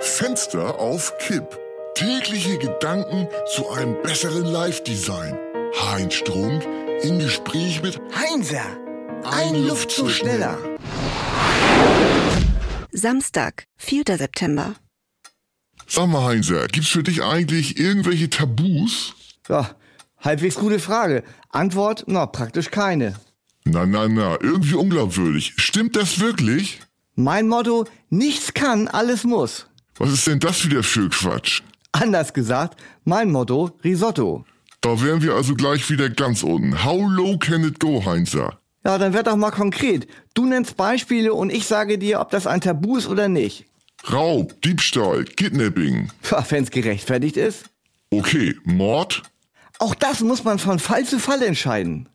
Fenster auf Kipp. Tägliche Gedanken zu einem besseren Live-Design. Heinz Strunk im Gespräch mit Heinzer, ein Luftzug schneller. Samstag, 4. September. Sag mal, Heinzer, gibt's für dich eigentlich irgendwelche Tabus? Ja, halbwegs gute Frage. Antwort, na, praktisch keine. Na, na, na, irgendwie unglaubwürdig. Stimmt das wirklich? Mein Motto, nichts kann, alles muss. Was ist denn das wieder für Quatsch? Anders gesagt, mein Motto, Risotto. Da wären wir also gleich wieder ganz unten. How low can it go, Heinzer? Ja, dann werd doch mal konkret. Du nennst Beispiele und ich sage dir, ob das ein Tabu ist oder nicht. Raub, Diebstahl, Kidnapping. Pah, Wenn's gerechtfertigt ist. Okay, Mord, Auch das muss man von Fall zu Fall entscheiden.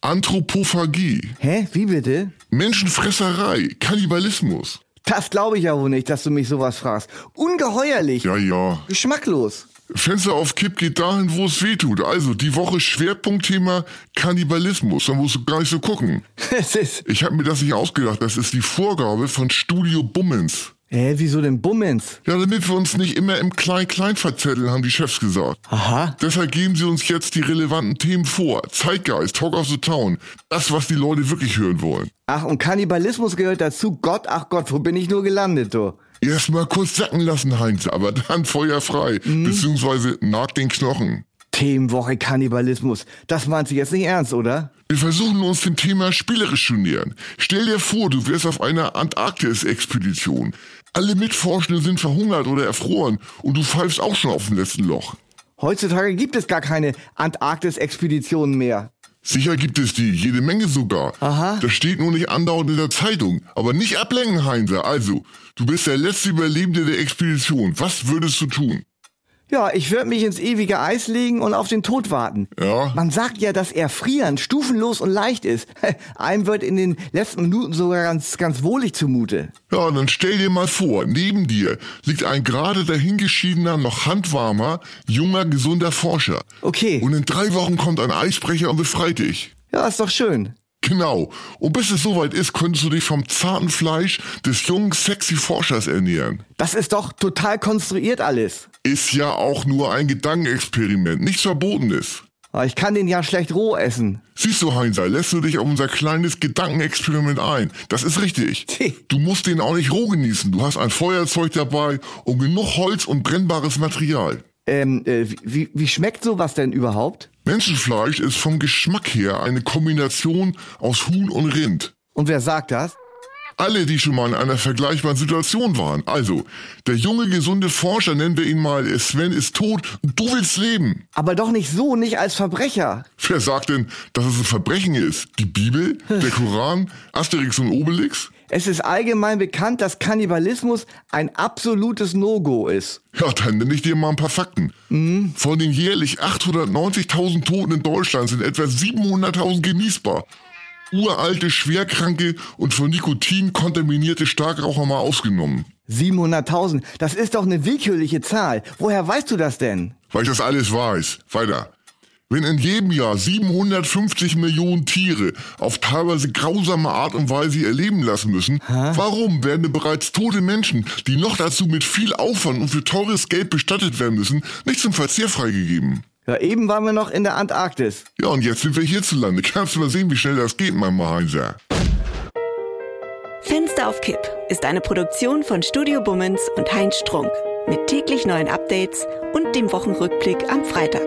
Anthropophagie, Hä, wie bitte? Menschenfresserei, Kannibalismus. Das glaube ich ja wohl nicht, dass du mich sowas fragst. Ungeheuerlich, Ja, ja. geschmacklos. Fenster auf Kipp geht dahin, wo es weh tut. Also die Woche Schwerpunktthema Kannibalismus. Da musst du gar nicht so gucken. Es ist. Ich habe mir das nicht ausgedacht. Das ist die Vorgabe von Studio Bummens. Hä, wieso denn Bummens? Ja, damit wir uns nicht immer im Klein-Klein verzetteln, haben die Chefs gesagt. Aha. Deshalb geben sie uns jetzt die relevanten Themen vor. Zeitgeist, Talk of the Town. Das, was die Leute wirklich hören wollen. Ach, und Kannibalismus gehört dazu. Gott, ach Gott, wo bin ich nur gelandet, du? Erstmal kurz sacken lassen, Heinz, aber dann feuerfrei. Beziehungsweise nagt den Knochen. Themenwoche Kannibalismus. Das meinst du jetzt nicht ernst, oder? Wir versuchen uns dem Thema spielerisch zu nähern. Stell dir vor, du wärst auf einer Antarktis-Expedition. Alle Mitforschenden sind verhungert oder erfroren und du pfeifst auch schon auf dem letzten Loch. Heutzutage gibt es gar keine Antarktis-Expeditionen mehr. Sicher gibt es die, jede Menge sogar. Aha. Das steht nur nicht andauernd in der Zeitung. Aber nicht ablenken, Heinzer. Also, du bist der letzte Überlebende der Expedition. Was würdest du tun? Ja, ich würde mich ins ewige Eis legen und auf den Tod warten. Ja. Man sagt ja, dass Erfrieren stufenlos und leicht ist. Einem wird in den letzten Minuten sogar ganz, ganz wohlig zumute. Ja, dann stell dir mal vor, neben dir liegt ein gerade dahingeschiedener, noch handwarmer, junger, gesunder Forscher. Okay. Und in drei Wochen kommt ein Eisbrecher und befreit dich. Ja, ist doch schön. Genau. Und bis es soweit ist, könntest du dich vom zarten Fleisch des jungen, sexy Forschers ernähren. Das ist doch total konstruiert alles. Ist ja auch nur ein Gedankenexperiment, nichts Verbotenes. Aber Ah, ich kann den ja schlecht roh essen. Siehst du, Heinzer, lässt du dich auf unser kleines Gedankenexperiment ein. Das ist richtig. Tch. Du musst den auch nicht roh genießen. Du hast ein Feuerzeug dabei und genug Holz und brennbares Material. Ähm, äh, wie- wie, wie schmeckt sowas denn überhaupt? Menschenfleisch ist vom Geschmack her eine Kombination aus Huhn und Rind. Und wer sagt das? Alle, die schon mal in einer vergleichbaren Situation waren. Also, der junge, gesunde Forscher, nennen wir ihn mal, Sven ist tot und du willst leben. Aber doch nicht so, nicht als Verbrecher. Wer sagt denn, dass es ein Verbrechen ist? Die Bibel, der Koran, Asterix und Obelix? Es ist allgemein bekannt, dass Kannibalismus ein absolutes No-Go ist. Ja, dann nenne ich dir mal ein paar Fakten. Von den jährlich 890.000 Toten in Deutschland sind etwa 700.000 genießbar. Uralte, schwerkranke und von Nikotin kontaminierte Starkraucher mal ausgenommen. 700.000, das ist doch eine willkürliche Zahl. Woher weißt du das denn? Weil ich das alles weiß. Weiter. Wenn in jedem Jahr 750 Millionen Tiere auf teilweise grausame Art und Weise ihr Leben lassen müssen, warum werden denn bereits tote Menschen, die noch dazu mit viel Aufwand und für teures Geld bestattet werden müssen, nicht zum Verzehr freigegeben? Ja, eben waren wir noch in der Antarktis. Ja, und jetzt sind wir hierzulande. Kannst du mal sehen, wie schnell das geht, mein Heinzer. Fenster auf Kipp ist eine Produktion von Studio Bummens und Heinz Strunk. Mit täglich neuen Updates und dem Wochenrückblick am Freitag.